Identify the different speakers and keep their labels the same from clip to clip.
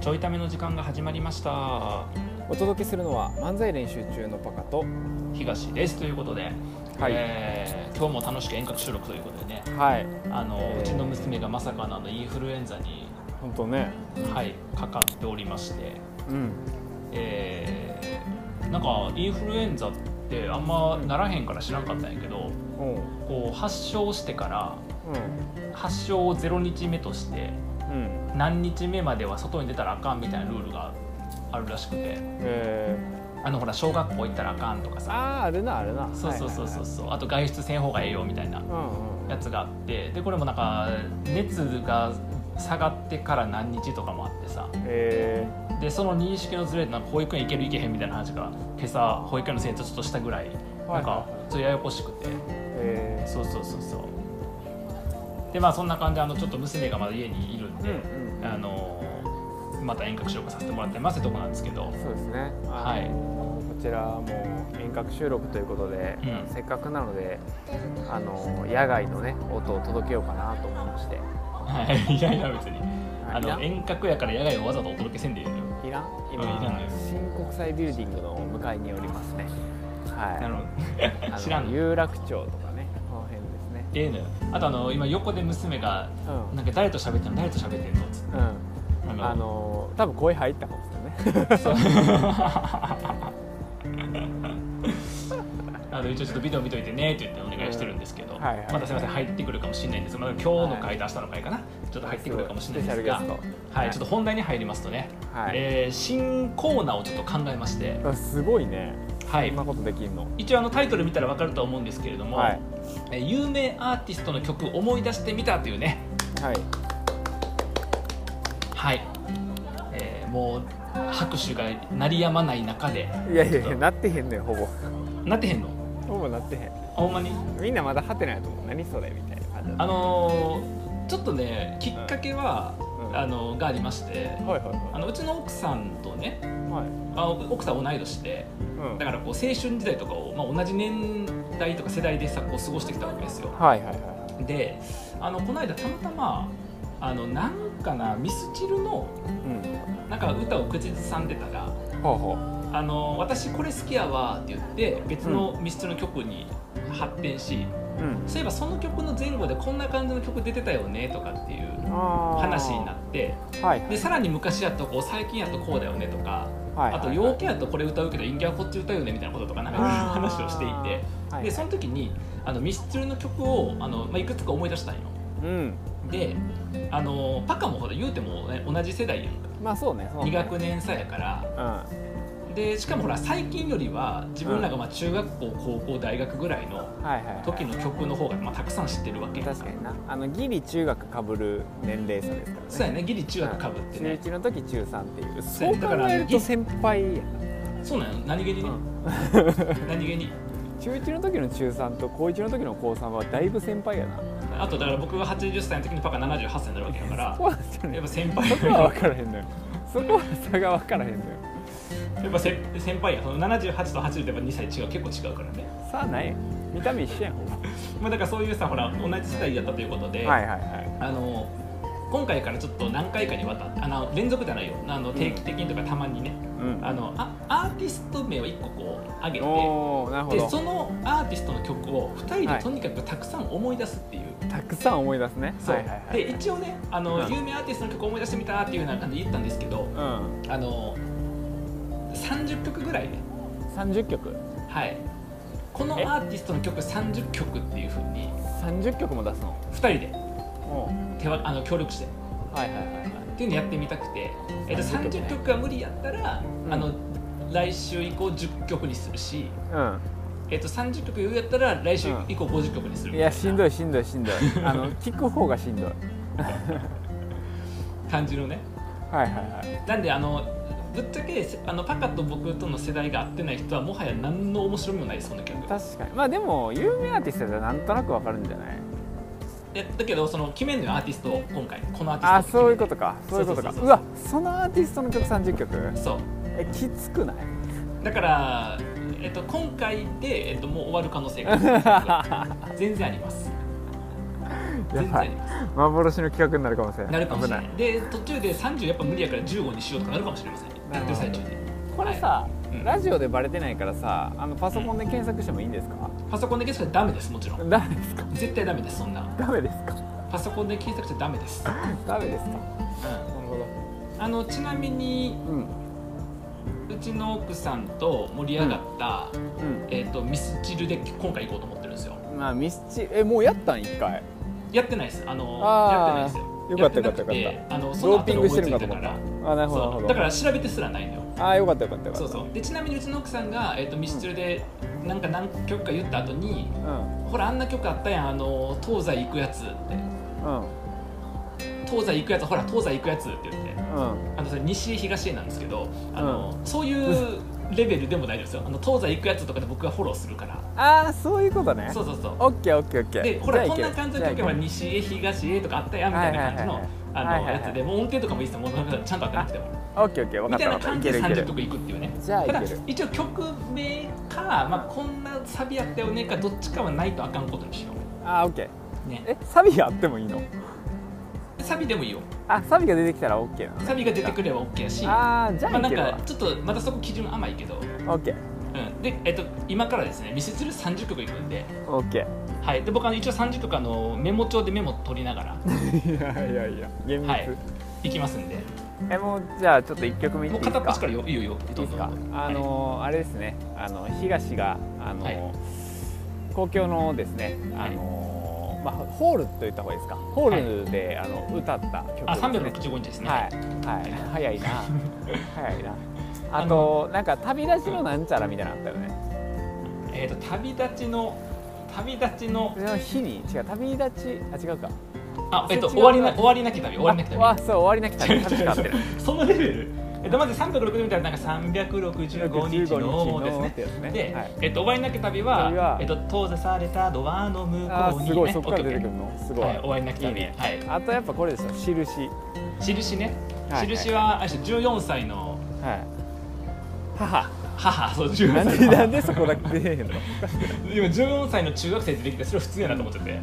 Speaker 1: ちょいための時間が始まりました
Speaker 2: お届けするのは漫才練習中のパカと
Speaker 1: 東ですということで、
Speaker 2: はい
Speaker 1: えー今日も楽しく遠隔収録ということでね
Speaker 2: はい
Speaker 1: あの、
Speaker 2: えー
Speaker 1: うちの娘がまさかのあのインフルエンザに、
Speaker 2: 本当ね
Speaker 1: はい、かかっておりまして、
Speaker 2: うん
Speaker 1: えーなんかインフルエンザってあんまならへんから知らんかったんやけど
Speaker 2: うん
Speaker 1: こう発症してから発症を0日目として
Speaker 2: うんうん
Speaker 1: 何日目までは外に出たらあかんみたいなルールがあるらしくて
Speaker 2: え
Speaker 1: あのほら小学校行ったらあかんとか
Speaker 2: ー、
Speaker 1: さ
Speaker 2: あああるなあるな
Speaker 1: そうそうそうそう
Speaker 2: う
Speaker 1: そう、あと外出せん方がええよみたいな
Speaker 2: うん
Speaker 1: やつがあってでこれもなんか熱が下がってから何日とかもあってさ
Speaker 2: え
Speaker 1: でその認識のズレでなんか保育園行ける行けへんみたいな話が今朝保育園の生徒ちょっとしたぐらいなん
Speaker 2: は
Speaker 1: か
Speaker 2: いはい
Speaker 1: ちょっとややこしくて
Speaker 2: ー、え
Speaker 1: そうそうそうそうでまあそんな感じであのちょっと娘がまだ家にいるん
Speaker 2: ー、う
Speaker 1: で、
Speaker 2: んうん
Speaker 1: あのまた遠隔収録させてもらってますってとこなんですけど
Speaker 2: そうですね
Speaker 1: はい
Speaker 2: こちらも遠隔収録ということで、
Speaker 1: うん
Speaker 2: せっかくなのであの野外のね音を届けようかなと思いまして
Speaker 1: はい いやいや別にあ
Speaker 2: いら
Speaker 1: の
Speaker 2: ん
Speaker 1: 遠隔やから野外をわざとお届けせんでいいのよ
Speaker 2: いらん今
Speaker 1: うんいらない
Speaker 2: 新国際ビルディングの向かいにおりますねはい
Speaker 1: なるほ
Speaker 2: あの
Speaker 1: ど知らんの
Speaker 2: 有楽町とかねこの辺ですね
Speaker 1: ええのよあとあの今横で娘が「
Speaker 2: う
Speaker 1: なんか誰と喋ってんの誰と喋ってんの?」っつって
Speaker 2: ん、うん、
Speaker 1: あの
Speaker 2: あのー多分声入ったかもしれないね
Speaker 1: そう あの一応ちょっとビデオ見といてねって言ってお願いしてるんですけど、
Speaker 2: うんはいはい
Speaker 1: まだすみません入ってくるかもしれないんですまだ今日の回出したの回かな、ちょっと入ってくるかもしれないんですが
Speaker 2: スペシャルゲスト
Speaker 1: はい、ちょっと本題に入りますとね、
Speaker 2: はい
Speaker 1: えー新コーナーをちょっと考えまして、
Speaker 2: あすごいね
Speaker 1: は
Speaker 2: こ
Speaker 1: い
Speaker 2: んな、ことできんの
Speaker 1: 一応あのタイトル見たら分かると思うんですけれども、
Speaker 2: はい
Speaker 1: えー有名アーティストの曲思い出してみたというね
Speaker 2: はい
Speaker 1: はい、えーもう拍手が鳴りやまない中で
Speaker 2: いやいやいやなってへんのよほぼ
Speaker 1: なってへんの
Speaker 2: ほぼなってへん
Speaker 1: あほんまに
Speaker 2: みんなまだハテナやと思う何それみたいな感じ
Speaker 1: あのーちょっとねきっかけは、
Speaker 2: うん
Speaker 1: あのがありまして
Speaker 2: はいはい
Speaker 1: あのうちの奥さんとね
Speaker 2: はいはい
Speaker 1: あ奥さん同い年で
Speaker 2: うん
Speaker 1: だからこう青春時代とかを、まあ、同じ年代とか世代でさこう過ごしてきたわけですよ
Speaker 2: はいはいは
Speaker 1: であのこの間たまたまあのなんかなミスチルの
Speaker 2: いうん
Speaker 1: なんか歌を口ずさんでたら
Speaker 2: ほうほう
Speaker 1: あの私これ好きやわって言って別のミスチルの曲に発展し、
Speaker 2: うん
Speaker 1: そういえばその曲の前後でこんな感じの曲出てたよねとかっていう
Speaker 2: あー
Speaker 1: 話になって
Speaker 2: はいはい
Speaker 1: でさらに昔やとこう最近やとこうだよねとか
Speaker 2: はい
Speaker 1: あと陽気やとこれ歌うけど陰キャはこっち歌うよねみたいなこととかなんかいろいろ話をしていて
Speaker 2: はい
Speaker 1: でその時にあのミスチルの曲をあの、まあ、いくつか思い出したんよ
Speaker 2: うん
Speaker 1: であのパカもほら言うても、ね、同じ世代やんか
Speaker 2: まあそうねそう
Speaker 1: 2
Speaker 2: ね
Speaker 1: 学年差やから
Speaker 2: うん
Speaker 1: でしかもほら最近よりは自分らがまあ中学校高校大学ぐらいの
Speaker 2: はいはいはい
Speaker 1: 時の曲の方がまあたくさん知ってるわけ
Speaker 2: 確かになあのギリ中学かぶる年齢差ですからね
Speaker 1: そうやねギリ中学かぶってね
Speaker 2: 中1の時中3っていう
Speaker 1: そう
Speaker 2: そ
Speaker 1: や
Speaker 2: う
Speaker 1: ね
Speaker 2: 考
Speaker 1: だから
Speaker 2: える
Speaker 1: ギリ
Speaker 2: と先輩やな
Speaker 1: そうなの何気にね、 何気に
Speaker 2: 中1の時の中3と高1の時の高3はだいぶ先輩やな
Speaker 1: あとだから僕が80歳の時にパパ78歳になるわけだから
Speaker 2: そうなんですよ
Speaker 1: やっ
Speaker 2: ね
Speaker 1: ぱ先輩
Speaker 2: そこは分からへんのよそこは差が分からへんのよ
Speaker 1: やっぱせ先輩やその78と80ってやっぱ2歳違う結構違うからね、
Speaker 2: さあない見た目一緒やんほぼ
Speaker 1: まあ、だからそういうさほら同じ世代やったということで、
Speaker 2: はいはいはい
Speaker 1: あの今回からちょっと何回かにわたってあの連続じゃないよあの定期的にとかたまにね、
Speaker 2: うん
Speaker 1: あのあアーティスト名を1個こう上げて
Speaker 2: おおなるほ
Speaker 1: で
Speaker 2: ど
Speaker 1: そのアーティストの曲を2人
Speaker 2: は
Speaker 1: で
Speaker 2: い
Speaker 1: とにかくたくさん思い出すっていう。
Speaker 2: たくさん思い出すね
Speaker 1: そう
Speaker 2: はいはいはい
Speaker 1: で一応ねあの、
Speaker 2: うん
Speaker 1: 有名アーティストの曲思い出してみたっていうような感じで言ったんですけど
Speaker 2: うん
Speaker 1: あの30曲ぐらいね、
Speaker 2: 30曲
Speaker 1: はい、この
Speaker 2: え
Speaker 1: アーティストの曲30曲っていうふうに
Speaker 2: 30曲も出すの
Speaker 1: 2人で
Speaker 2: おー
Speaker 1: 手わあの協力してっ
Speaker 2: はいはいはいはい
Speaker 1: ていうのやってみたくて、えっと、
Speaker 2: 30曲ね
Speaker 1: 30曲が無理やったら、
Speaker 2: うん
Speaker 1: あの来週以降10曲にするし、
Speaker 2: うん
Speaker 1: えっと、30曲余裕やったら来週以降50曲にする
Speaker 2: い
Speaker 1: みた
Speaker 2: や
Speaker 1: い
Speaker 2: しん
Speaker 1: な
Speaker 2: どいしんどいしんどいあの 聞く方がしんどい
Speaker 1: 感じのね
Speaker 2: はいはいはい
Speaker 1: なんであのぶっちゃけあのパカと僕との世代が合ってない人はもはや何の面白みもないですその曲
Speaker 2: 確かにまあでも有名アーティストだったらなんとなくわかるんじゃない
Speaker 1: えだけどその決めんのよアーティストを今回このアーティ
Speaker 2: あ
Speaker 1: スト
Speaker 2: そういう
Speaker 1: 決
Speaker 2: ことかそういうことか
Speaker 1: そうそうそうそ
Speaker 2: う
Speaker 1: う
Speaker 2: わそのアーティストの曲30曲
Speaker 1: めんのよそ
Speaker 2: えきつくないう
Speaker 1: だから、えっと、今 回で、えっと、もう終わる可能性が全然あります
Speaker 2: や
Speaker 1: 全
Speaker 2: ばい
Speaker 1: 然
Speaker 2: 幻の企画になるかもしれない
Speaker 1: なるかもしれない
Speaker 2: 危
Speaker 1: で途中で30やっぱ無理やから15にしようとかなるかもしれませんやってる最中で
Speaker 2: これさ、
Speaker 1: うん
Speaker 2: ラジオでバレてないからさあのパソコンで検索してもいいんですか、
Speaker 1: パソコンで検索したらダメですもちろん
Speaker 2: ダメですか
Speaker 1: 絶対ダメですそんな
Speaker 2: ダメですか
Speaker 1: パソコンで検索した らダメです、う
Speaker 2: ダメです
Speaker 1: ん、
Speaker 2: かなるほ
Speaker 1: あのちなみに
Speaker 2: どうん
Speaker 1: うちの奥さんと盛り上がった、えー、とミスチルで今回行こうと思ってるんですよ
Speaker 2: うんまあミスチえもうやったん一回
Speaker 1: やってないですあの
Speaker 2: あー
Speaker 1: やってないですよ
Speaker 2: よかったよかった
Speaker 1: やてなく
Speaker 2: よ
Speaker 1: てあのそ
Speaker 2: ロ
Speaker 1: の
Speaker 2: ーピ
Speaker 1: 後
Speaker 2: ン
Speaker 1: で
Speaker 2: グし
Speaker 1: 思
Speaker 2: て
Speaker 1: い
Speaker 2: る
Speaker 1: つ
Speaker 2: ん
Speaker 1: い
Speaker 2: かと
Speaker 1: たか
Speaker 2: 思った
Speaker 1: ら
Speaker 2: あなるほどな
Speaker 1: そ
Speaker 2: るほ
Speaker 1: う
Speaker 2: ど
Speaker 1: だから調べてすらないのよ
Speaker 2: あよかったよかったよか
Speaker 1: そ
Speaker 2: っ
Speaker 1: うそうでちなみにうちの奥さんが、えー、とミスチルでなんか何曲か言った後に
Speaker 2: たうん
Speaker 1: 「ほらあんな曲あったやんあの東西行くやつ」って
Speaker 2: うん
Speaker 1: 「東西行くやつほら東西行くやつ」って言って
Speaker 2: うん
Speaker 1: あのそれ西へ東へなんですけどあの、そういうレベルでも大丈夫ですよあの東西行くやつとかで僕がフォローするから
Speaker 2: ああそういうことね
Speaker 1: そうそうそう
Speaker 2: オッケーオッケーオッケー
Speaker 1: でほ
Speaker 2: じ
Speaker 1: ら
Speaker 2: ゃあい
Speaker 1: こん
Speaker 2: ける
Speaker 1: な感じ
Speaker 2: じ
Speaker 1: の
Speaker 2: ゃあい
Speaker 1: 曲
Speaker 2: け
Speaker 1: は
Speaker 2: る
Speaker 1: 西へ東へとかあったやみたいな感じ
Speaker 2: はい
Speaker 1: の
Speaker 2: はい
Speaker 1: あ
Speaker 2: はい
Speaker 1: の
Speaker 2: はいはい
Speaker 1: やつでもう音程とかもいいですよもうちゃんと分かなくても
Speaker 2: オッケーオッケー分か
Speaker 1: み
Speaker 2: った
Speaker 1: い
Speaker 2: た
Speaker 1: な
Speaker 2: 分かった
Speaker 1: 感
Speaker 2: い
Speaker 1: じで
Speaker 2: けるいけ
Speaker 1: 30
Speaker 2: る
Speaker 1: 曲いくっていうね
Speaker 2: じゃあ
Speaker 1: ただ
Speaker 2: いける
Speaker 1: 一応曲名か、まあ、こんなサビやったよねかどっちかはないとあかんことにしよ
Speaker 2: あーオッケー
Speaker 1: うね
Speaker 2: えサビがあってもいいの
Speaker 1: サビでもいいよ
Speaker 2: あサビが出てきたらオッケーなのね
Speaker 1: サビが出てくれば OK やし
Speaker 2: あーじゃ
Speaker 1: まあ、
Speaker 2: あ
Speaker 1: ないん
Speaker 2: け
Speaker 1: か
Speaker 2: るわ
Speaker 1: ちょっとまたそこ基準甘いけど、
Speaker 2: オッケー
Speaker 1: うん、で、えっと、今からですねミスチル30曲いくんで,、
Speaker 2: オッケ
Speaker 1: はい、で僕あの一応30曲あのメモ帳でメモ取りながら
Speaker 2: ーいやいやいや厳密、
Speaker 1: はいいきます んで
Speaker 2: えもうじゃあちょっと一曲目いっ
Speaker 1: も
Speaker 2: て
Speaker 1: う
Speaker 2: いい
Speaker 1: 片
Speaker 2: です
Speaker 1: っ
Speaker 2: か
Speaker 1: 端からよいいよいいよ
Speaker 2: い
Speaker 1: ど
Speaker 2: い
Speaker 1: んど
Speaker 2: です
Speaker 1: ん
Speaker 2: かあ
Speaker 1: はい
Speaker 2: のーあれですねあの東があのー、
Speaker 1: はい
Speaker 2: 公共のですねあのー、まあホールと言った方がいいですかホールで、あの歌った曲です、ね、
Speaker 1: あ365日ですね、
Speaker 2: はいはい早いな早 いなあとなんか旅立ちのなんちゃらみたいなのあったよね
Speaker 1: えっと旅立ちの旅立ちの
Speaker 2: その日に違う旅立ちあ違うか
Speaker 1: あえっと
Speaker 2: そっち
Speaker 1: 終わりな
Speaker 2: 側
Speaker 1: 終わりなき旅終わりなき旅
Speaker 2: ああそう終わりなき旅確か合ってる
Speaker 1: そのレベルえっとまず360みたいななんか365日のですね
Speaker 2: てやつね
Speaker 1: で、
Speaker 2: はい
Speaker 1: えっと、終わりなき旅は
Speaker 2: 旅は
Speaker 1: えっと、遠ざされたドアの向
Speaker 2: あ
Speaker 1: こうに、
Speaker 2: ー
Speaker 1: ね、
Speaker 2: すごいそこから出
Speaker 1: オ
Speaker 2: てく
Speaker 1: ッケーオッケ
Speaker 2: るのす
Speaker 1: ー
Speaker 2: ごい、
Speaker 1: はい、終わりなき旅
Speaker 2: いいね
Speaker 1: はい、
Speaker 2: あとやっぱこれですよ印
Speaker 1: 印ね、
Speaker 2: はい
Speaker 1: 印はあれでしょ14歳の
Speaker 2: はい。母。
Speaker 1: 母そう14
Speaker 2: なん
Speaker 1: 歳
Speaker 2: で
Speaker 1: の
Speaker 2: なんでそこだけ出えへんの？
Speaker 1: 今14歳の中学生出てきてそれは普通やなと思っちゃって
Speaker 2: う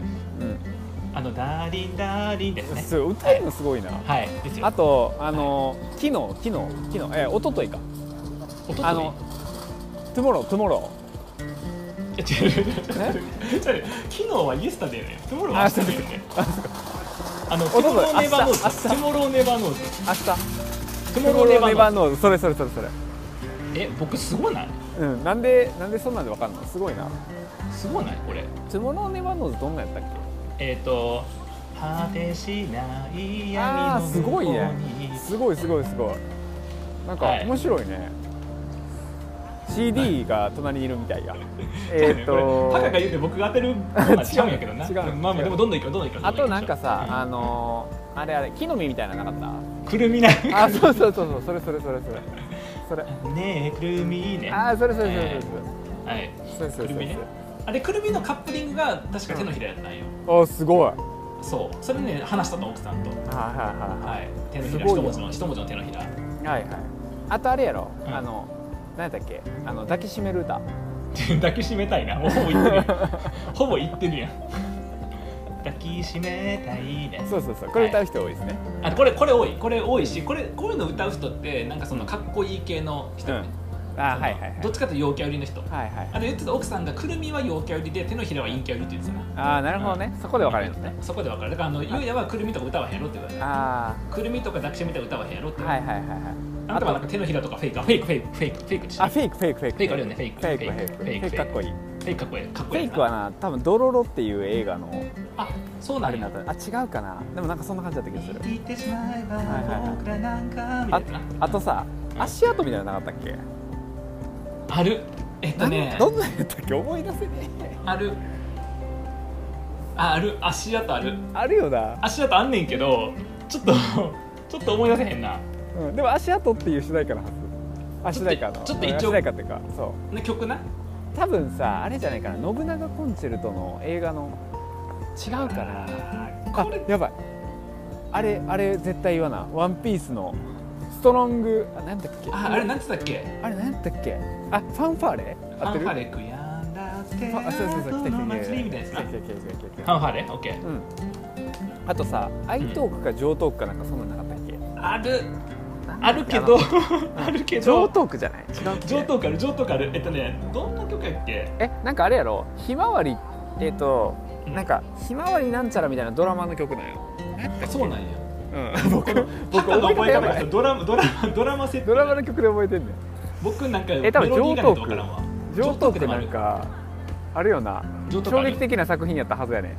Speaker 1: あの「ダーリンダーリン」です
Speaker 2: ん。
Speaker 1: ね
Speaker 2: そう歌えるのすごいな。
Speaker 1: はいですよ
Speaker 2: あとあの昨日昨日昨日え一昨日か。
Speaker 1: おととい
Speaker 2: あのトゥモロートゥモロ
Speaker 1: いや違う違う違う違う違う昨日はイエスタデーねトゥモローは明日だよねあのトゥモローネバーノーズ
Speaker 2: あそ
Speaker 1: トゥモローネバーノーズ
Speaker 2: ー。明日。
Speaker 1: トゥ
Speaker 2: トゥ
Speaker 1: モ
Speaker 2: モ
Speaker 1: ロ
Speaker 2: ロ
Speaker 1: ー
Speaker 2: ー
Speaker 1: ネ
Speaker 2: ネ
Speaker 1: バ
Speaker 2: バ
Speaker 1: ー
Speaker 2: ー
Speaker 1: ノ
Speaker 2: ノーズそれそれそれそれ。
Speaker 1: ーズえ僕すごない
Speaker 2: うん。なんでなんでそんなんでわかんの？すごいな。
Speaker 1: すごないこれ
Speaker 2: トゥモローネバーノーズどんなんやったっけ？
Speaker 1: えっ、ー、と果てしない闇
Speaker 2: ああ
Speaker 1: の
Speaker 2: ーす
Speaker 1: 向こ
Speaker 2: ご
Speaker 1: う
Speaker 2: い
Speaker 1: に
Speaker 2: ね。すごいすごいすごい。なんか
Speaker 1: はい
Speaker 2: 面白いね。CD が隣にいるみた いや。え っと。
Speaker 1: タカが言うて僕が当てるのは違うんやけどな
Speaker 2: 違う違う
Speaker 1: まあまあでもどんどんいくよどんどんいくよ
Speaker 2: あとなんかさ、
Speaker 1: うん
Speaker 2: あのー、あれあれ木の実みたいなのなかっ
Speaker 1: くるみない
Speaker 2: た あそうそうそうそうそれそれそれそれそれ
Speaker 1: ねえくるみね
Speaker 2: あーそれそれそれ
Speaker 1: はい
Speaker 2: それそ
Speaker 1: くる
Speaker 2: れそれそ
Speaker 1: み
Speaker 2: れ
Speaker 1: ねあれくるみのカップリングが確か手のひらやったんよ
Speaker 2: あーすごいはい
Speaker 1: そうそれね話したと奥さんと
Speaker 2: は
Speaker 1: はい手のひら
Speaker 2: すご
Speaker 1: 一
Speaker 2: いよ
Speaker 1: 文字の一文字の手のひら
Speaker 2: いはいはいはいあとあれやろ、
Speaker 1: うん
Speaker 2: あの何やったっけあの抱きしめる歌
Speaker 1: 抱きしめたいなもうほぼ言ってるや んほぼ言ってるやん抱きしめたいね
Speaker 2: そうそうそうこれ歌う人多いですね、
Speaker 1: あこれこれ多いこれ多いしこれこういうの歌う人ってなんかそのかっこいい系の人ね、
Speaker 2: うんあーはいはいはい
Speaker 1: どっちかというと陽キャ寄りの人
Speaker 2: はいはい
Speaker 1: あと言ってた奥さんがくるみは陽キャ寄りで手のひらは陰キャ寄りって言ってたな
Speaker 2: ああなるほどね、そこで分かれるのね
Speaker 1: そこで分かるだからあのゆうやはくるみとか歌わへんやろって言われた
Speaker 2: あ
Speaker 1: くるみとか抱きしめたら歌わへんやろって
Speaker 2: あ
Speaker 1: 言わ
Speaker 2: は
Speaker 1: れ
Speaker 2: い
Speaker 1: た
Speaker 2: はいはいはい
Speaker 1: あんたはなんか手のひらとかフェイクあフェイクフェイクフェイクフェイクでしょ
Speaker 2: あフェイクフェイクフェイク
Speaker 1: フェイクあるよねフェイク
Speaker 2: フェイクフェイク
Speaker 1: フ
Speaker 2: フ
Speaker 1: ェイ
Speaker 2: ェイ
Speaker 1: ク
Speaker 2: クかっこいい
Speaker 1: フェイクかっこいいかっこ
Speaker 2: フ
Speaker 1: い
Speaker 2: ェ
Speaker 1: い
Speaker 2: イ
Speaker 1: な
Speaker 2: クはな多分ドロロっていう映画の
Speaker 1: あそう
Speaker 2: あ
Speaker 1: なん
Speaker 2: れにな
Speaker 1: や
Speaker 2: ったあ違うかなでもなんかそんな感じだった気がする
Speaker 1: 言ってしまえば僕らなんかみた
Speaker 2: あ
Speaker 1: いなやつな
Speaker 2: あとさ
Speaker 1: うん
Speaker 2: 足跡みたいなのなかったっけ
Speaker 1: あるえっとね
Speaker 2: なんどんなんやったっけ思い出せねえ
Speaker 1: あるあある足跡ある
Speaker 2: あるよな、
Speaker 1: 足跡あんねんけどちょっとちょっと思い出せへんな
Speaker 2: うん、でも足跡っていう主題歌のはずあ主題歌の
Speaker 1: ちょっとちょっと一応
Speaker 2: 主題歌っていうかそ
Speaker 1: な曲な
Speaker 2: う多分さあれじゃないかな信長コンチェルトの映画の違うかな
Speaker 1: あ
Speaker 2: あ
Speaker 1: これ
Speaker 2: やばいあれあれ絶対言わな「ワンピースのストロングあなんだっけ
Speaker 1: ああれなんて言ったっけ
Speaker 2: あれなんだっけあファンファーレ
Speaker 1: フ
Speaker 2: 合
Speaker 1: ァ
Speaker 2: って
Speaker 1: ン
Speaker 2: る
Speaker 1: ファレクやんだって
Speaker 2: ファンあそうそうそう来
Speaker 1: の
Speaker 2: た来た来た
Speaker 1: 祭りみたいなやつ
Speaker 2: 来
Speaker 1: な
Speaker 2: た来た来た来た来た
Speaker 1: ファンファレオッケー
Speaker 2: うんあとさ愛東区か城東区かなんかそんなんなかったっけ
Speaker 1: あるあるけどあるけど
Speaker 2: 城東区じゃない違うっけ
Speaker 1: 上等から上等からえっとねどんな曲やっけ
Speaker 2: えなんかあれやろひまわりえっ、となんかひまわりなんちゃらみたいなドラマの曲なんよ
Speaker 1: あそうなんや
Speaker 2: うん僕
Speaker 1: 僕の覚え
Speaker 2: や
Speaker 1: 方
Speaker 2: ば
Speaker 1: が
Speaker 2: い
Speaker 1: ドラマドラマ ドラマセット
Speaker 2: ドラマの曲で覚えてんねん
Speaker 1: 僕なんかメ
Speaker 2: え多分
Speaker 1: ロディーがないとわからんわ
Speaker 2: 上東区ってなんかあれよな
Speaker 1: 上等区
Speaker 2: 衝
Speaker 1: ある
Speaker 2: 撃 的な作品やったはずやね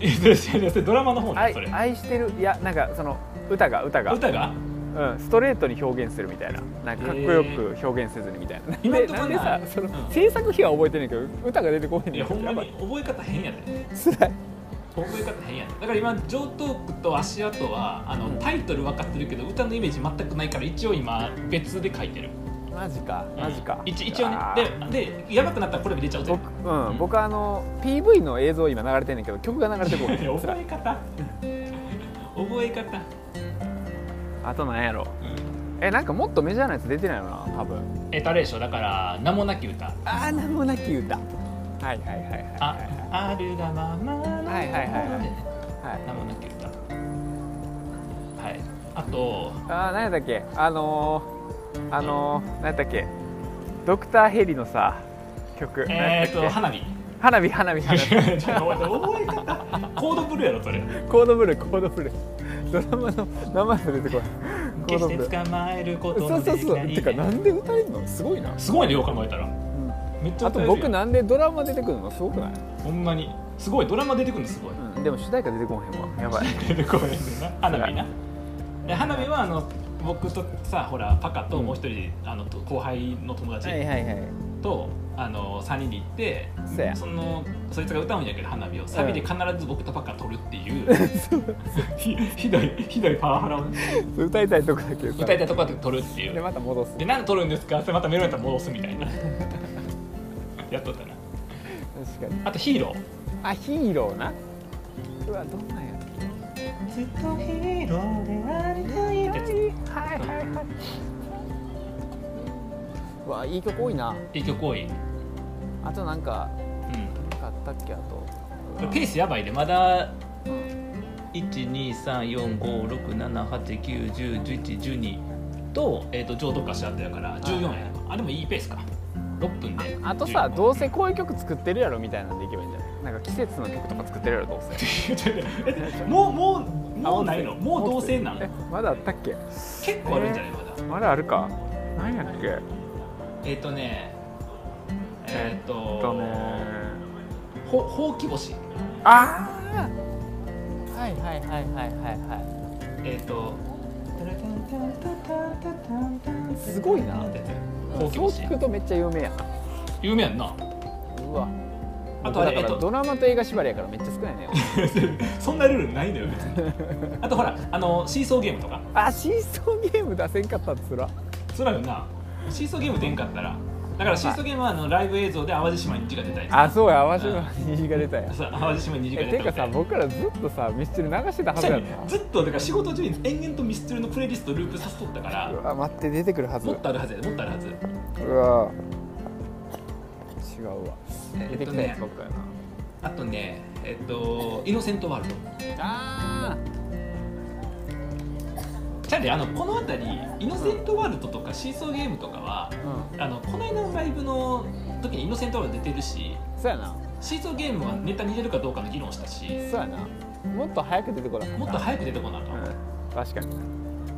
Speaker 1: えそれそれそれドラマの方ね
Speaker 2: 愛
Speaker 1: それ
Speaker 2: 愛してるいやなんかその歌が歌が
Speaker 1: 歌が
Speaker 2: うん、ストレートに表現するみたいななんかかっこよく表現せずにみたいな、
Speaker 1: 今
Speaker 2: で
Speaker 1: んとこ
Speaker 2: な
Speaker 1: は
Speaker 2: んでさ
Speaker 1: ない
Speaker 2: その、
Speaker 1: うん
Speaker 2: 制作費は覚えてないけど歌が出てこないん
Speaker 1: い
Speaker 2: だ
Speaker 1: や
Speaker 2: よ
Speaker 1: ほんま
Speaker 2: やば
Speaker 1: に
Speaker 2: い
Speaker 1: 覚え方変やね
Speaker 2: つらい
Speaker 1: 覚え方変やねだから今上等句と足跡はあの、
Speaker 2: うん
Speaker 1: タイトル分かってるけど歌のイメージ全くないから一応今別で書いてる
Speaker 2: マジかマジか、
Speaker 1: 一一応ね
Speaker 2: あー
Speaker 1: ででやばくなったらこれも出ちゃうぜ
Speaker 2: 僕,、うん僕はあの PV の映像今流れてんねんけど曲が流れてこな いつ
Speaker 1: 覚
Speaker 2: らい
Speaker 1: え方 覚え方、
Speaker 2: あとなんやろえなんかもっとメジャーなやつ出てないよな多分
Speaker 1: えっとあれでしょだから名もなき歌
Speaker 2: ああなんもなき歌はいはいはいはい
Speaker 1: あ
Speaker 2: はい
Speaker 1: あるがままの
Speaker 2: はいはいはいはいはい
Speaker 1: 名もなき歌はいあと
Speaker 2: あー何やったっけあのー、あのー、何やったっけドクターヘリのさ曲何や
Speaker 1: え
Speaker 2: っ
Speaker 1: ー、
Speaker 2: たっ
Speaker 1: と
Speaker 2: け
Speaker 1: 花火
Speaker 2: 花火花火 花
Speaker 1: ちょっ
Speaker 2: 火
Speaker 1: と覚え方コードブルーやろそれ
Speaker 2: コードブルーコードブルードラマの名前が出てこないコー
Speaker 1: 決し
Speaker 2: ド
Speaker 1: て
Speaker 2: ブルー
Speaker 1: 捕まえること
Speaker 2: そ
Speaker 1: の
Speaker 2: う
Speaker 1: で
Speaker 2: そう
Speaker 1: き
Speaker 2: そ
Speaker 1: な
Speaker 2: う
Speaker 1: い
Speaker 2: てかなんで歌えるのすごいな、
Speaker 1: すごいねよう考えたら
Speaker 2: うん
Speaker 1: めっちゃ
Speaker 2: あ
Speaker 1: 歌
Speaker 2: と
Speaker 1: えるやん
Speaker 2: 僕なんでドラマ出てくるのすごくない、
Speaker 1: ほんまにすごいドラマ出てくるのすごい
Speaker 2: うん、でも主題歌出てこんへんわやばい
Speaker 1: 出てこへんねんな花火なで花火はあの僕とさほらパカともう一人、あのと後輩の友達
Speaker 2: はい はい
Speaker 1: と、あの3人で行って
Speaker 2: そうや
Speaker 1: そのそいつが歌うんやけど花火をサビで必ず僕とパカ取るっていう、ひひどいひどいパワハラを
Speaker 2: 歌いたいとこだけ歌
Speaker 1: 歌いたいとこだけ取るってい
Speaker 2: で
Speaker 1: う
Speaker 2: また戻す
Speaker 1: で何取るんですかってまたメロンやったら戻すみたいなやっとったな
Speaker 2: 確かに
Speaker 1: あとヒーロー
Speaker 2: あヒーローなうわどんなんや
Speaker 1: ずっとヒーローでありたいってやつ
Speaker 2: はいはいはい。わあいい曲多いな。
Speaker 1: いい曲多い、うん、
Speaker 2: あとなんか買ったっけあと。
Speaker 1: これペースやばいでまだ
Speaker 2: うん
Speaker 1: 123456789101112と,、えー、と浄土歌詞あったやから14やなあでもいいペースか6分で
Speaker 2: あとさどうせこういう曲作ってるやろみたいなんでいけばいいんじゃない。なんか季節の曲とか作ってるやろどうせ。
Speaker 1: え もうもうもうないのもう同棲な
Speaker 2: え
Speaker 1: の
Speaker 2: まだあったっけ？
Speaker 1: 結構あるんじゃないまだ
Speaker 2: まだあるか。なんやっけ？え
Speaker 1: えっ、とねえっ、
Speaker 2: っ
Speaker 1: と
Speaker 2: とね。
Speaker 1: ほほうき星
Speaker 2: ああ。はいはいはいはいはい
Speaker 1: えっ、と
Speaker 2: はい。すごいな。
Speaker 1: ほうき
Speaker 2: そう
Speaker 1: 星
Speaker 2: 聞くとめっちゃ有名やな。
Speaker 1: 有名やんな
Speaker 2: うわ。
Speaker 1: あとあれ
Speaker 2: 僕だ
Speaker 1: えっ
Speaker 2: か
Speaker 1: と
Speaker 2: らドラマと映画縛りやからめっちゃ少ないね。
Speaker 1: そんなルールない のよ別にあとほらあのシーソーゲームとか
Speaker 2: あシーソーゲーム出せんかったつら
Speaker 1: そらよなシーソーゲーム出んかったらだからシーソーゲームはあのライブ映像で淡路島に虹が出たり
Speaker 2: あそうや淡路島に虹が出たや
Speaker 1: そう淡路島に虹が
Speaker 2: え
Speaker 1: 出
Speaker 2: て
Speaker 1: た
Speaker 2: か
Speaker 1: みた
Speaker 2: さ
Speaker 1: いな
Speaker 2: 僕らずっとさミスチル流してたはず
Speaker 1: そう
Speaker 2: や
Speaker 1: や
Speaker 2: ん
Speaker 1: ね
Speaker 2: な
Speaker 1: ずっとだから仕事中に延々とミスチルのプレイリストループさせとったから
Speaker 2: うわ待って出てくるはず
Speaker 1: もっとあるはずやでもっとあるはず
Speaker 2: うわ違うわ
Speaker 1: え
Speaker 2: 出
Speaker 1: ってと
Speaker 2: きたや
Speaker 1: ね
Speaker 2: つばっかやな
Speaker 1: あとねえっとイノセントワールド
Speaker 2: あ
Speaker 1: ちゃうであのこの辺りイノセントワールドとかシーソーゲームとかは
Speaker 2: ーうん
Speaker 1: あのこの間のライブの時にイノセントワールド出てるし
Speaker 2: そうやな
Speaker 1: シーソーゲームはネタに入れるかどうかの議論したし
Speaker 2: そうやなもっと早く出てこなかった
Speaker 1: もっと早く出てこなあか
Speaker 2: うん
Speaker 1: ん、
Speaker 2: 確かに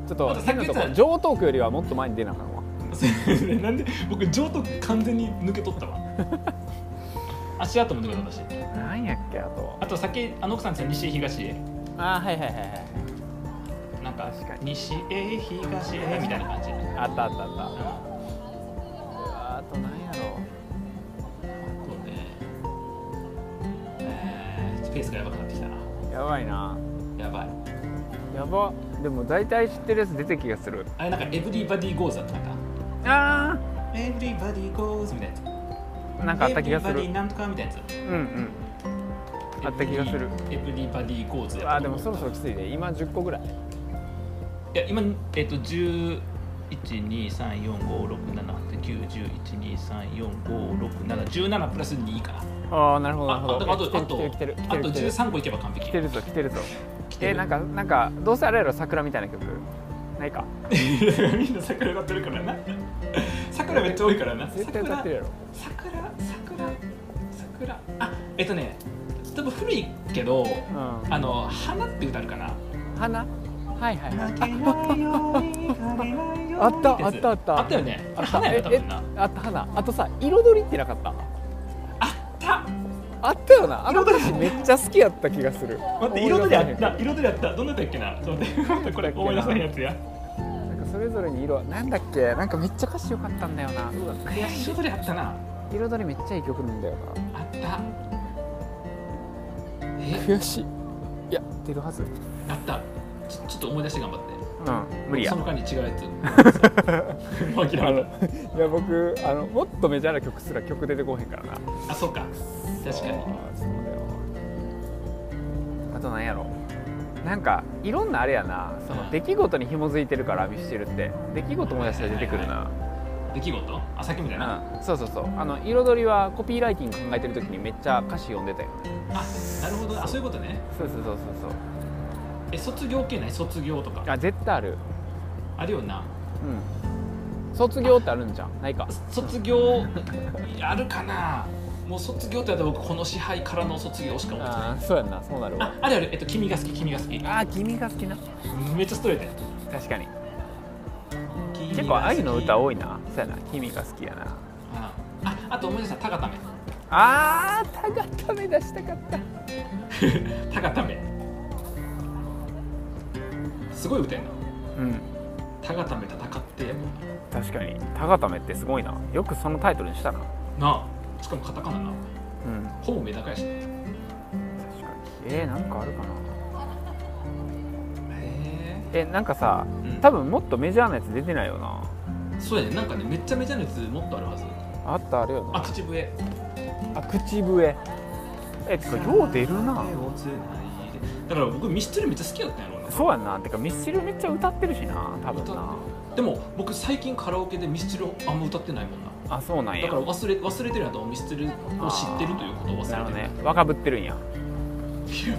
Speaker 2: ちょっと
Speaker 1: あとさっ
Speaker 2: 変
Speaker 1: き言
Speaker 2: なと
Speaker 1: ってた
Speaker 2: こ上東区よりはもっと前に出なあかんわ
Speaker 1: なんで僕上等完全に抜け取ったわ 足跡も抜け取ったし
Speaker 2: なんやっけあと
Speaker 1: あとさっきあの奥さんって西へ東へ
Speaker 2: あーはいはいはいはい
Speaker 1: なんか
Speaker 2: 確かに
Speaker 1: 西へ東へみたいな感じ、うん
Speaker 2: あったあったあったうわあとなんやろ
Speaker 1: そうねえーペースがやばくなってきたな
Speaker 2: やばいな
Speaker 1: やばい
Speaker 2: やばでも大体知ってるやつ出て気がする
Speaker 1: あれなんかエブリバディゴーズだったか
Speaker 2: あ
Speaker 1: エブリバディゴーズみたいなや
Speaker 2: ーなん
Speaker 1: つ
Speaker 2: かあった気がす
Speaker 1: エブリバ
Speaker 2: る
Speaker 1: ディなんとかみたいなやつ
Speaker 2: うんうんあった気がする
Speaker 1: エブリバディゴーズやった
Speaker 2: あーでもそろそろきついで今10個ぐらい
Speaker 1: いや今えっと1 1 2 3 4 5 6 7 8 9 1 1 2 3 4 5 6 7 17プラス2かな
Speaker 2: ああなるほどな
Speaker 1: あ
Speaker 2: るほ
Speaker 1: あ
Speaker 2: ど
Speaker 1: とあとあと
Speaker 2: 来てる来てる来てる
Speaker 1: あと
Speaker 2: 来てる
Speaker 1: 13個いけば完璧
Speaker 2: 来てるぞ来てるぞ
Speaker 1: して
Speaker 2: え
Speaker 1: る
Speaker 2: なんかなんかどうせあれやろ桜みたいな曲ないか
Speaker 1: みんな桜歌ってるからな桜めっちゃ多いからな
Speaker 2: 絶対歌ってるやろ
Speaker 1: 桜桜桜あえっとね多分古いけど
Speaker 2: うん
Speaker 1: あの花って歌あるかな
Speaker 2: 花はいはいはい
Speaker 1: あ
Speaker 2: あったあったあった
Speaker 1: あったよねあれ
Speaker 2: あ
Speaker 1: 花やったもんな
Speaker 2: あった花あとさ彩りってなかった
Speaker 1: あった
Speaker 2: あったよなあの歌詞めっちゃ好きやった気がする
Speaker 1: 待って
Speaker 2: 思
Speaker 1: 彩
Speaker 2: い出
Speaker 1: り
Speaker 2: さ
Speaker 1: あ
Speaker 2: れへん
Speaker 1: った彩りあったどんなやったっけなちょっと待って待ってこれ 思い出さへんやつや
Speaker 2: なんかそれぞれに色なんだっけなんかめっちゃ歌詞良かったんだよな
Speaker 1: 悔しい彩りあったな
Speaker 2: 彩りめっちゃいい曲なんだよな
Speaker 1: あったえ
Speaker 2: 悔しいいや出るはずう
Speaker 1: あったちょちょっと思い出して頑張って
Speaker 2: ん
Speaker 1: その間に違うや つもう
Speaker 2: い
Speaker 1: 諦
Speaker 2: やあ
Speaker 1: め
Speaker 2: の
Speaker 1: た
Speaker 2: いや僕あのもっとメジャーな曲すら曲出てこへんからな
Speaker 1: あそうか確かに
Speaker 2: そうそうだよあとなんやろなんかいろんなあれやなその出来事に紐づいてるからミスチルって出来事思い出したら出てくるな、
Speaker 1: 出来事あさっきみたいな、
Speaker 2: うん、そうそうそうあの彩りはコピーライティング考えてる時にめっちゃ歌詞読んでたよね
Speaker 1: あなるほどあそういうことね
Speaker 2: そうそうそうそうそう
Speaker 1: え卒業系ない卒業とかあ
Speaker 2: あ絶対ある
Speaker 1: るよな
Speaker 2: うん卒業ってあるんじゃんないか
Speaker 1: 卒業あるかなもう卒業ってやったら僕この支配からの卒業しか思ってない
Speaker 2: ああそうやんなそうなるわ
Speaker 1: ああるあるえっと君が好き君が好き
Speaker 2: ああ君が好きな
Speaker 1: めっちゃストレートや
Speaker 2: 確かに結構愛の歌多いなそうやな君が好きやな
Speaker 1: あああと思い出したタガ タメ
Speaker 2: あーたがため出したかった
Speaker 1: タガタメすごい歌やな
Speaker 2: うん
Speaker 1: タガタメ戦ってやもん
Speaker 2: 確かにたがためってすごいなよくそのタイトルにしたな
Speaker 1: なあしかもカタカナな
Speaker 2: うん
Speaker 1: ほぼメダカやしなへ
Speaker 2: 確かにえー、なんかあるかな
Speaker 1: え
Speaker 2: えなんかさ
Speaker 1: うん
Speaker 2: 多分もっとメジャーなやつ出てないよな
Speaker 1: そうやねなんかねめっちゃめちゃなやつもっとあるはず
Speaker 2: あったあるよ
Speaker 1: あ口笛
Speaker 2: あ口笛えてかよう出るな
Speaker 1: だから僕ミスチルめっちゃ好きだったんやろうな
Speaker 2: そうやんなてかミスチルめっちゃ歌ってるしな多分な
Speaker 1: でも僕最近カラオケでミスチルあんま歌ってないもんな
Speaker 2: あそうなんや
Speaker 1: だから忘れ忘れてるやとミスチルを知ってるということを忘れて
Speaker 2: な
Speaker 1: る
Speaker 2: るほどね若ぶってるんや
Speaker 1: いや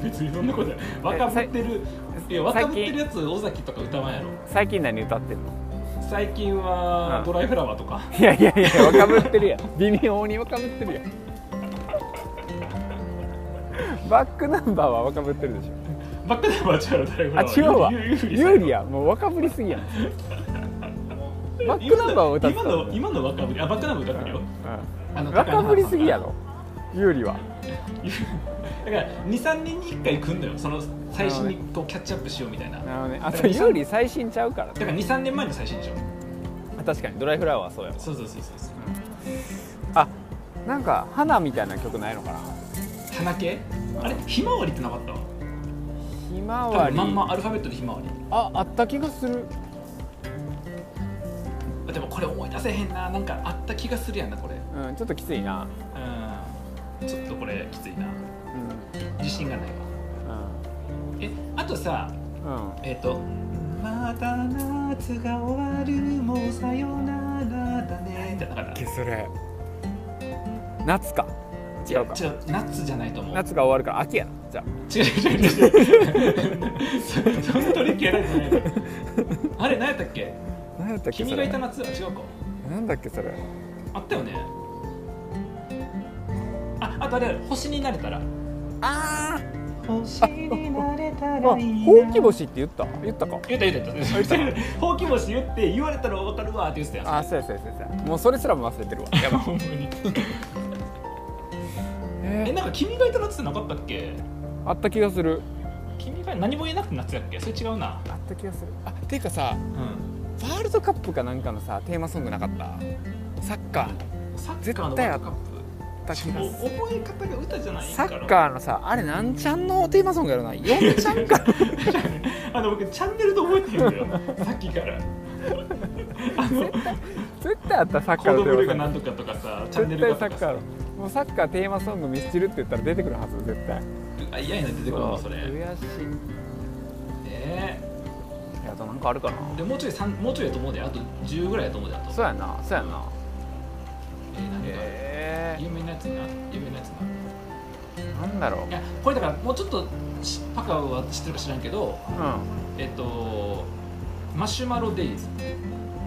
Speaker 1: 別にそんなことない若ぶってるいや若ぶってるやつ尾崎とか歌わんやろ
Speaker 2: 最近何歌ってんの
Speaker 1: 最近は
Speaker 2: うん
Speaker 1: ドライフラワーとか
Speaker 2: いやいやいや若ぶってるやん微妙に若ぶってるやんバックナンバーは若ぶってるでしょ
Speaker 1: バックナンバーちゃうドライフラワ
Speaker 2: あ違
Speaker 1: ー
Speaker 2: うわ
Speaker 1: ゆゆゆりさん
Speaker 2: ユーリやもう若ぶりすぎやんバックナンバーを歌ってた
Speaker 1: 今の今の若ぶりあバックナンバー歌ってるよあ
Speaker 2: う
Speaker 1: の
Speaker 2: ん若ぶりすぎやろユーリは
Speaker 1: だから23年に1回来んのよその最新にこうキャッチアップしようみたいなだ
Speaker 2: なるほどねあとユーリ最新ちゃうからね
Speaker 1: から23年前の最新でしょ
Speaker 2: 確かにドライフラワーはそうやわ
Speaker 1: そうそうそうそうそう
Speaker 2: あなんか花みたいな曲ないのかな
Speaker 1: 花系あれひまわりってなかった
Speaker 2: ひま
Speaker 1: 多
Speaker 2: わ
Speaker 1: 分
Speaker 2: り
Speaker 1: まんまアルファベットでひまわり
Speaker 2: ああった気がする
Speaker 1: あでもこれ思い出せへんななんかあった気がするやんなこれ
Speaker 2: うんちょっときついな
Speaker 1: うんちょっとこれきついな
Speaker 2: う
Speaker 1: 自信がないわ
Speaker 2: ん
Speaker 1: えあとさ
Speaker 2: うんうん
Speaker 1: えっ、と「また夏が終わるもうさよならだね」ってなかった
Speaker 2: それ夏か違うか
Speaker 1: いや違う夏じゃないと思う
Speaker 2: 夏が終わるから秋やなじゃ
Speaker 1: 違う違う違う違うそのトリッキーやられてないからあれ何やったっけ
Speaker 2: あ何やったっけ
Speaker 1: 君
Speaker 2: そ
Speaker 1: が
Speaker 2: れ
Speaker 1: いた夏は違うか
Speaker 2: なんだっけそれ
Speaker 1: あったよねああとあれ星になれたら
Speaker 2: あー
Speaker 1: 星になれた
Speaker 2: あほうき星って言った言ったか
Speaker 1: 言った言った言ったほうき星言って言われたら分かるわって言ってたやん
Speaker 2: あそうやそうやそうやそうやもうそれすらも忘れてるわやばい
Speaker 1: ほんまに
Speaker 2: え
Speaker 1: えなんか君がいた夏ってなかったっけ
Speaker 2: あった気がする
Speaker 1: 君が何も言えなくて夏やっけそれ違うな
Speaker 2: あった気がするあていうかさ
Speaker 1: うん
Speaker 2: ワールドカップかなんかのさテーマソングなかったサッカー
Speaker 1: サッカーのワールドカッ
Speaker 2: あった
Speaker 1: プ
Speaker 2: 気が
Speaker 1: もう
Speaker 2: する
Speaker 1: 覚え方が歌じゃないか
Speaker 2: サ
Speaker 1: ら
Speaker 2: ッカーのさあれなんちゃんのテーマソングやろな4ちゃんか
Speaker 1: あの僕チャンネルで覚えてるんだ よさっきからあの
Speaker 2: 絶対あったサッ
Speaker 1: コ
Speaker 2: カー
Speaker 1: ード
Speaker 2: のテ
Speaker 1: ブル
Speaker 2: ー
Speaker 1: ーが
Speaker 2: マソング
Speaker 1: なんとかとかさチャンネ
Speaker 2: 絶
Speaker 1: ルが
Speaker 2: 対サ
Speaker 1: とかさ
Speaker 2: ッカーのもうサッカーテーマソングミスチルって言ったら出てくるはず絶対
Speaker 1: あ嫌やな出てくるのそれね
Speaker 2: 悔しい
Speaker 1: え
Speaker 2: いやあとなんかあるかな
Speaker 1: でもうちょい三もうちょいやと思うであと10ぐらいやと思うであと
Speaker 2: そうやなそうやな
Speaker 1: えーなんか
Speaker 2: え
Speaker 1: 有名なやつな有名なやつな
Speaker 2: ー、なんだろ
Speaker 1: いやこれだからもうちょっとしパカは知ってるか知らんけど
Speaker 2: うん
Speaker 1: えっとマシュマロデイズ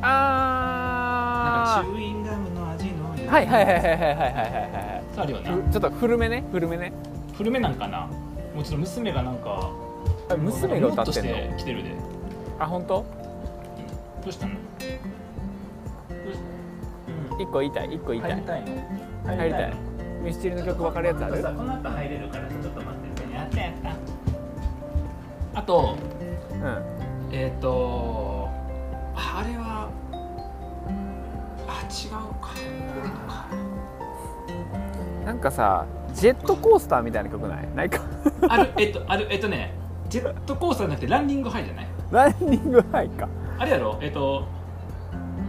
Speaker 1: なん
Speaker 2: あ
Speaker 1: かチューインガムの味の
Speaker 2: ーはいはいはいはい
Speaker 1: い
Speaker 2: はいはいはい
Speaker 1: あるよな
Speaker 2: はいふちょっと古めね古めね
Speaker 1: 古めなんかなもうちょっと娘がなんか
Speaker 2: あ娘が歌って
Speaker 1: も
Speaker 2: ん
Speaker 1: とし
Speaker 2: の
Speaker 1: て来てるで
Speaker 2: あ本当
Speaker 1: どうしたのどうし
Speaker 2: 一個言いたい一個言いたい
Speaker 1: たいの
Speaker 2: 入りたいミスチルの曲分かるやつある
Speaker 1: この後入れるからちょっと待ってやったやったあと
Speaker 2: うん
Speaker 1: えっ、とあれはあ違うかこれとか
Speaker 2: なんかさジェットコースターみたいな曲ないないか
Speaker 1: あるえっとあるえっとねジェットコースターじゃなくてランニングハイじゃない
Speaker 2: ランニングハイか
Speaker 1: あれやろえっと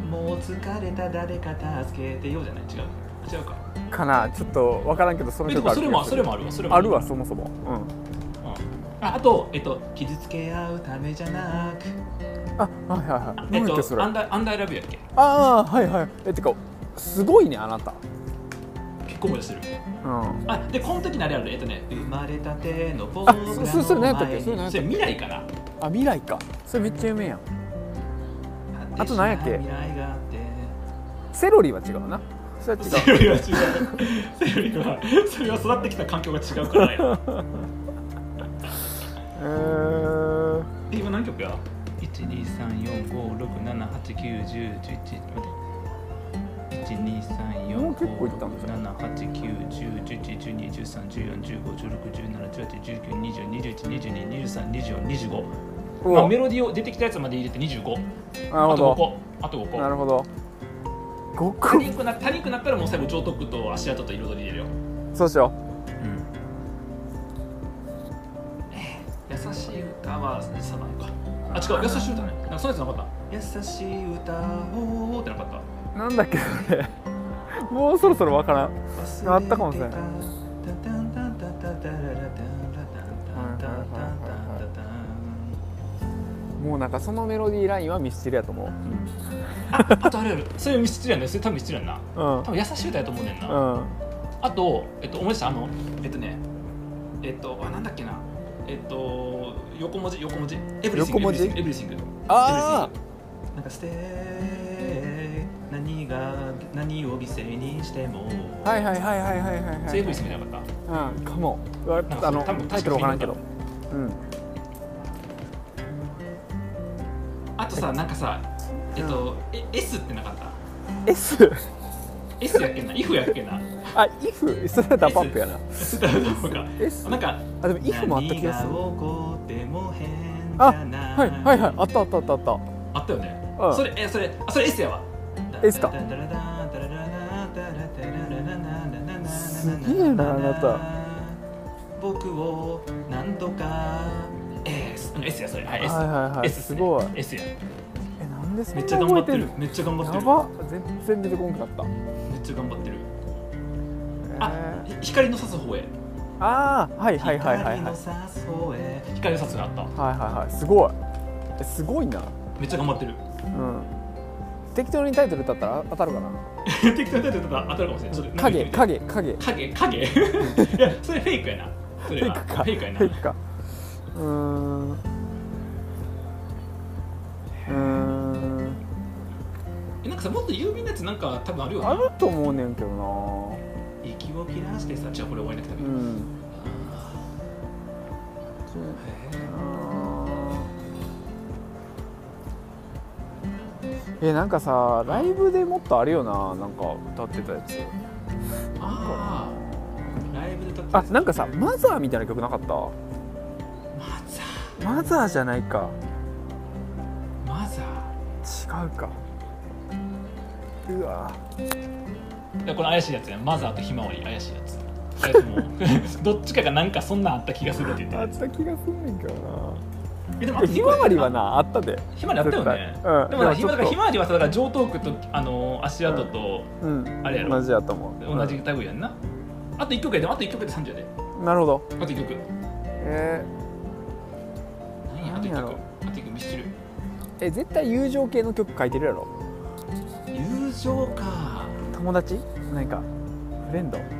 Speaker 1: もう疲れた誰か助けてようじゃない違うあ違うか
Speaker 2: かなちょっと分からんけどその
Speaker 1: えで
Speaker 2: 曲
Speaker 1: もそ
Speaker 2: あ
Speaker 1: れ
Speaker 2: る気
Speaker 1: も
Speaker 2: が
Speaker 1: そ
Speaker 2: す
Speaker 1: れ
Speaker 2: る
Speaker 1: もあるわそれも
Speaker 2: あるわそもそもう
Speaker 1: うんああと、えっと、傷つけ合うためじゃなく、
Speaker 2: んあはいはいはい
Speaker 1: えっ
Speaker 2: 何だっけそ
Speaker 1: と、
Speaker 2: れ
Speaker 1: アンダーアンダーラブやっけ
Speaker 2: ああはいはいえてかすごいねあなた
Speaker 1: 結構思い出してる。
Speaker 2: うん
Speaker 1: あ、で、この時のあれあるね、えっとね、生まれたての僕
Speaker 2: あ
Speaker 1: らの
Speaker 2: そそそれ何やったっけ
Speaker 1: 前に
Speaker 2: それ何やったっけ
Speaker 1: それ未来かな
Speaker 2: あ未来かそれめっちゃ有名やんあと何やっけ
Speaker 1: 果てしない未来があって
Speaker 2: セロリは違うなそれは
Speaker 1: セ
Speaker 2: 違
Speaker 1: ロリは違う。セロリは、それは育ってきた環境が違うからや。
Speaker 2: うう
Speaker 1: え今何曲や ?1、2、3、4、5、6、7、8、9、10、11、待って。1 2 3 4
Speaker 2: もう結構いったんじゃ
Speaker 1: 7 8 9 1 0 1 1 1 2 1 3 1 4 1 5 1 6 1 7 1 8 1 9 2 0 2 1 2 2 2 3 2 4 2 5
Speaker 2: ーんう
Speaker 1: ま
Speaker 2: わ
Speaker 1: あ、メロディーを出てきたやつまで入れて25
Speaker 2: な
Speaker 1: あと
Speaker 2: るほ
Speaker 1: 5
Speaker 2: ど
Speaker 1: 個あと5個
Speaker 2: なるほど5
Speaker 1: 足
Speaker 2: 個
Speaker 1: りんくな足りんくなったらもう最後上徳と足跡と彩り入れるよ、
Speaker 2: そうしよ
Speaker 1: 優しい歌はサバかあ違う優しい歌ねなんかそういうやつなかった優しい歌をってなかった
Speaker 2: うなんだっけそれ もうそろそろ分からんあったかもしれないもうなんかそのメロディーラインはミスチルやと思う
Speaker 1: ああとあれあるそれミスチルやんねそれ多分ミスチルやんな
Speaker 2: うん
Speaker 1: 多分優しい歌やと思うねんな、
Speaker 2: うん
Speaker 1: あと、えっと、思い出した、あの、えっとね、えっと、あ、なんだっけな、えっと、横文字、横文字、エブリシング、
Speaker 2: 横文字
Speaker 1: エブリシング、エブリシング
Speaker 2: あ
Speaker 1: なんか、ステー、何が、何を犠牲にしても、
Speaker 2: あはいはいはいはいはいはい
Speaker 1: そ
Speaker 2: は
Speaker 1: れエ
Speaker 2: い
Speaker 1: ブリシングじゃなかっ
Speaker 2: うんかもうわ
Speaker 1: なんか
Speaker 2: あの
Speaker 1: 多分
Speaker 2: タイトル分からんけど
Speaker 1: 確
Speaker 2: うん
Speaker 1: たあとさ、なんかさ、えっと、え S ってなかった
Speaker 2: S
Speaker 1: ?S やっけな、IF やっけ な、
Speaker 2: あ if それはダパンプやな
Speaker 1: S だろうか。
Speaker 2: S
Speaker 1: なんか、
Speaker 2: あでも if もあった気がする
Speaker 1: 何起こっても変
Speaker 2: あ
Speaker 1: じゃない
Speaker 2: はいはいはいあったあったあったあった
Speaker 1: あったよね。
Speaker 2: うん
Speaker 1: それ、え、それ、あ、それ S やわ。
Speaker 2: S か
Speaker 1: す
Speaker 2: げえなあなた。
Speaker 1: 僕を何度か S。うん S やそれ。はい、S。
Speaker 2: はいはいはい
Speaker 1: S ですね
Speaker 2: ごい
Speaker 1: S や。
Speaker 2: えなんでそん
Speaker 1: め
Speaker 2: な
Speaker 1: っちゃ頑張
Speaker 2: 覚え
Speaker 1: って
Speaker 2: て
Speaker 1: る
Speaker 2: る。
Speaker 1: めっちゃ頑張って
Speaker 2: や
Speaker 1: る。
Speaker 2: ば全然出てこんくなった
Speaker 1: めっちゃ頑張ってる。あ
Speaker 2: えー、
Speaker 1: 光の差す方へ。
Speaker 2: あーはいはいはいはいはい
Speaker 1: 光
Speaker 2: は
Speaker 1: の
Speaker 2: い
Speaker 1: 差す方へ。光の差すがあった。
Speaker 2: はいはいすごいえすごいな
Speaker 1: めっちゃ頑張ってる。
Speaker 2: うん適当にタイトル歌ったら当たるかな
Speaker 1: 適当に立てたら当たるかもしれない。ちょっと
Speaker 2: 影。影影
Speaker 1: 影影 いや、それフェイクやな。それ
Speaker 2: フェイ
Speaker 1: は
Speaker 2: ク
Speaker 1: フ
Speaker 2: か
Speaker 1: ェイクやな。
Speaker 2: フェイクかうーんうーん
Speaker 1: えなんかさもっと有名なやつなんか多分あるよ
Speaker 2: あ
Speaker 1: ね
Speaker 2: ると思うねんけどな
Speaker 1: 息を切らしてさじゃあこれ終わりなくて
Speaker 2: う
Speaker 1: もいい
Speaker 2: ん
Speaker 1: へ
Speaker 2: えなんかさライブでもっとあるよななんか歌ってたやつ
Speaker 1: ーああライブで歌ってた
Speaker 2: あ
Speaker 1: やつ
Speaker 2: なんかさ「マザー」みたいな曲なかった
Speaker 1: マザ
Speaker 2: マザーじゃないか
Speaker 1: ーマザ
Speaker 2: 違うかうわ
Speaker 1: ーいやこれ怪しいやつやマザーとひまわり怪しいやつあれでも どっちかがなんかそんなんあった気がするって言って
Speaker 2: あ
Speaker 1: た
Speaker 2: っ
Speaker 1: やつ
Speaker 2: た気がすんねんけどな
Speaker 1: えでもあ
Speaker 2: え
Speaker 1: と
Speaker 2: ひまわりは
Speaker 1: な
Speaker 2: なあったで
Speaker 1: ひまわりあったよね
Speaker 2: 絶対うん
Speaker 1: でもな
Speaker 2: でも
Speaker 1: ひ
Speaker 2: ちょ
Speaker 1: ま
Speaker 2: っと
Speaker 1: だからひまわりはさだから上東区とあのー足跡と
Speaker 2: うん
Speaker 1: あれやろ
Speaker 2: 同じやと思う
Speaker 1: 同じ類やんな、あと1曲やであと1曲で30やで
Speaker 2: うんなるほど
Speaker 1: あと1曲
Speaker 2: え
Speaker 1: 何やあと1
Speaker 2: 何や
Speaker 1: 曲
Speaker 2: ろ
Speaker 1: あと1曲ミスチル
Speaker 2: ーえ絶対友情系の曲書いてるやろ
Speaker 1: 友情か
Speaker 2: 友達なんかフレンド違うな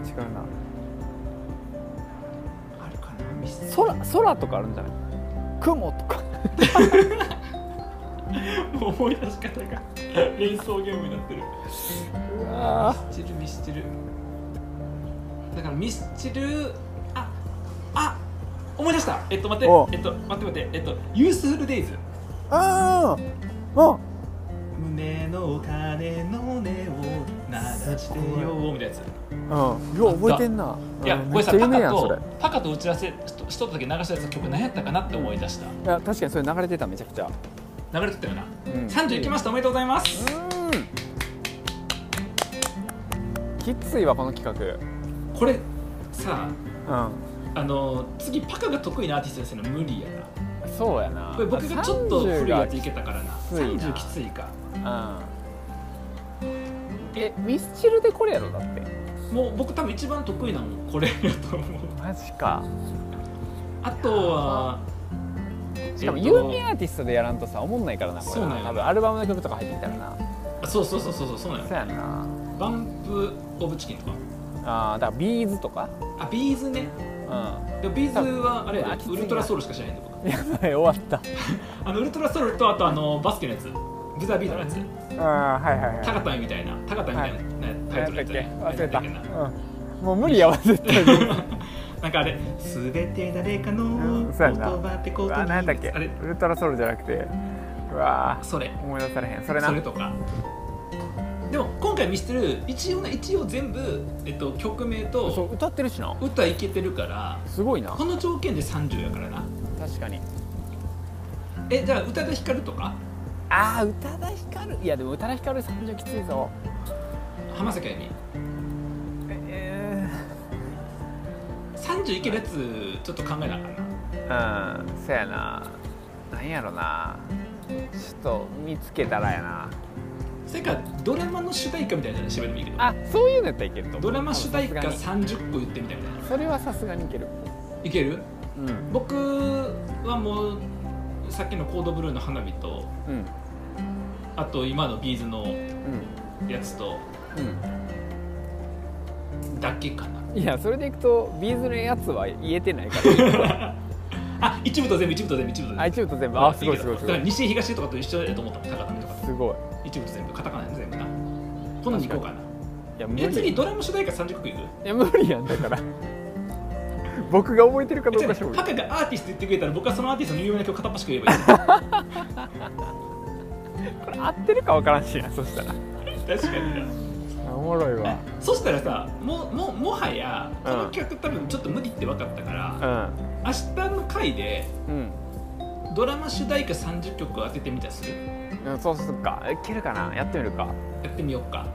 Speaker 1: あるかなミス
Speaker 2: 空空とかあるんじゃない雲とか
Speaker 1: もう思い出し方が 連想ゲームになってる
Speaker 2: うわ
Speaker 1: ミスチルミスチルだからミスチルああ思い出したえっと待
Speaker 2: お
Speaker 1: っ
Speaker 2: う
Speaker 1: てえっと待って待ってえっとユースフルデイズ
Speaker 2: ああ
Speaker 1: 胸の鐘の音を鳴らしてよみたいなやつ
Speaker 2: うんよう覚えてんない
Speaker 1: や
Speaker 2: うん
Speaker 1: こ
Speaker 2: め
Speaker 1: れ
Speaker 2: っち
Speaker 1: さ
Speaker 2: ゃ有
Speaker 1: タ
Speaker 2: 名
Speaker 1: カ
Speaker 2: やんそれ
Speaker 1: とタカと打ち合わせしとしとった時流したやつの曲何やったかなって思い出した
Speaker 2: いや確かにそれ流れてためちゃくちゃ
Speaker 1: 流れてたよな
Speaker 2: うん
Speaker 1: 30いきましたおめでとうございます
Speaker 2: うんきついわこの企画
Speaker 1: これさ
Speaker 2: う
Speaker 1: あの次パカが得意なアーティストでするの無理やなん
Speaker 2: そうやな
Speaker 1: これ僕がちょっと古いやついけたからな
Speaker 2: 30が
Speaker 1: 30きついか
Speaker 2: うんえミスチルでこれやろだって
Speaker 1: もう僕多分一番得意なのこれやと思う
Speaker 2: マジか
Speaker 1: あとは
Speaker 2: しかも
Speaker 1: えっと
Speaker 2: 有名アーティストでやらんとさ思んないからなこれ
Speaker 1: そうなんよ
Speaker 2: 多分アルバムの曲とか入ってきたらな
Speaker 1: あそうそうそうそうそうそうなん
Speaker 2: そう
Speaker 1: や
Speaker 2: やんな
Speaker 1: バンプ・オブ・チキンとか
Speaker 2: あーだからビーズとか
Speaker 1: あビーズね
Speaker 2: う
Speaker 1: でもビーズはあれや
Speaker 2: あきつい
Speaker 1: で
Speaker 2: な
Speaker 1: ウルトラソウルしか知らないんで僕
Speaker 2: んやばい終わった
Speaker 1: あのウルトラソウルとあとあのバスケのやつブザービートのやつ
Speaker 2: あーはいはいはい
Speaker 1: タカタンみたいなタカタンみたいな、ねタイトルやったね
Speaker 2: 何やったっけ忘れた、
Speaker 1: 何やったっけな
Speaker 2: うんもう無理やわ絶対に
Speaker 1: なんかあれ「すべて誰かの
Speaker 2: うん
Speaker 1: 言
Speaker 2: そうやな
Speaker 1: 葉ってこ
Speaker 2: う
Speaker 1: とに」
Speaker 2: わ何だっけ
Speaker 1: あれ
Speaker 2: ウルトラソウルじゃなくてうわー
Speaker 1: それ
Speaker 2: 思い出されへんそれな
Speaker 1: それとかでも今回ミステル一応ね一応全部、えっと、曲名
Speaker 2: そ
Speaker 1: と
Speaker 2: う歌ってるしな
Speaker 1: 歌いけてるから
Speaker 2: すごいな
Speaker 1: この条件で30やからな
Speaker 2: 確かに
Speaker 1: えじゃあ歌で光るとか
Speaker 2: ああ宇多田ヒカルいやでも宇多田ヒカル三十きついぞ
Speaker 1: 浜崎あゆみ
Speaker 2: え
Speaker 1: 30いけるやつちょっと考えなあかんな
Speaker 2: ー、うんそやななんやろなちょっと見つけたらやな
Speaker 1: それかドラマの主題歌みたいなの喋ってもいいけど
Speaker 2: あそういうのやったらいけると思う
Speaker 1: ドラマ主題歌
Speaker 2: さすが
Speaker 1: 30個言ってみたいな
Speaker 2: にそれはさすがにいける
Speaker 1: いける
Speaker 2: うん
Speaker 1: 僕はもうさっきのコードブルーの花火と
Speaker 2: うん
Speaker 1: あと今のビーズのやつと
Speaker 2: うん
Speaker 1: だけかな
Speaker 2: うんいやそれでいくとビーズのやつは言えてないから
Speaker 1: あ一部と全部一部と全部一 部と全部
Speaker 2: あ一部と全部あすごいすごいすご
Speaker 1: だから
Speaker 2: い
Speaker 1: 西東とかと一緒だと思ったもん高田とかと
Speaker 2: すごい
Speaker 1: 一部と全部カタカナ全部なこの2個かない
Speaker 2: や無
Speaker 1: え次
Speaker 2: 理
Speaker 1: ドラマ主題歌30曲いく
Speaker 2: いや無理やんだから 僕が覚えてるかどうか
Speaker 1: え
Speaker 2: 勝負
Speaker 1: タカがアーティスト言ってくれたら僕はそのアーティストの有名な曲片っ端く言え ばいい
Speaker 2: これ合ってるか分からんしなそしたら
Speaker 1: 確かにな
Speaker 2: おもろいわ
Speaker 1: そしたらさもうもうもはやこ
Speaker 2: うん
Speaker 1: の企画多分ちょっと無理って分かったから、
Speaker 2: う
Speaker 1: 明日の回で
Speaker 2: ん
Speaker 1: ドラマ主題歌30曲を当ててみたりする
Speaker 2: うんそうすっかいけるかなやってみるか
Speaker 1: やってみようか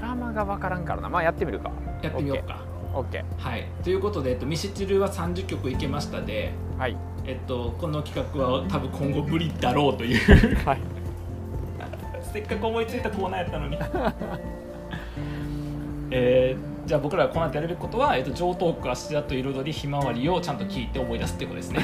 Speaker 2: ドラマが分からんからなまあやってみるか
Speaker 1: やってみようか
Speaker 2: OK
Speaker 1: はいということで、えっと、ミシチルは30曲いけましたで
Speaker 2: はい
Speaker 1: えっと、この企画は多分今後無理だろうという
Speaker 2: はい
Speaker 1: せっかく思いついたコーナーやったのにえーじゃあ僕らがこの後やれることは、えっと、上等句明日と彩りひまわりをちゃんと聞いて思い出すってことですね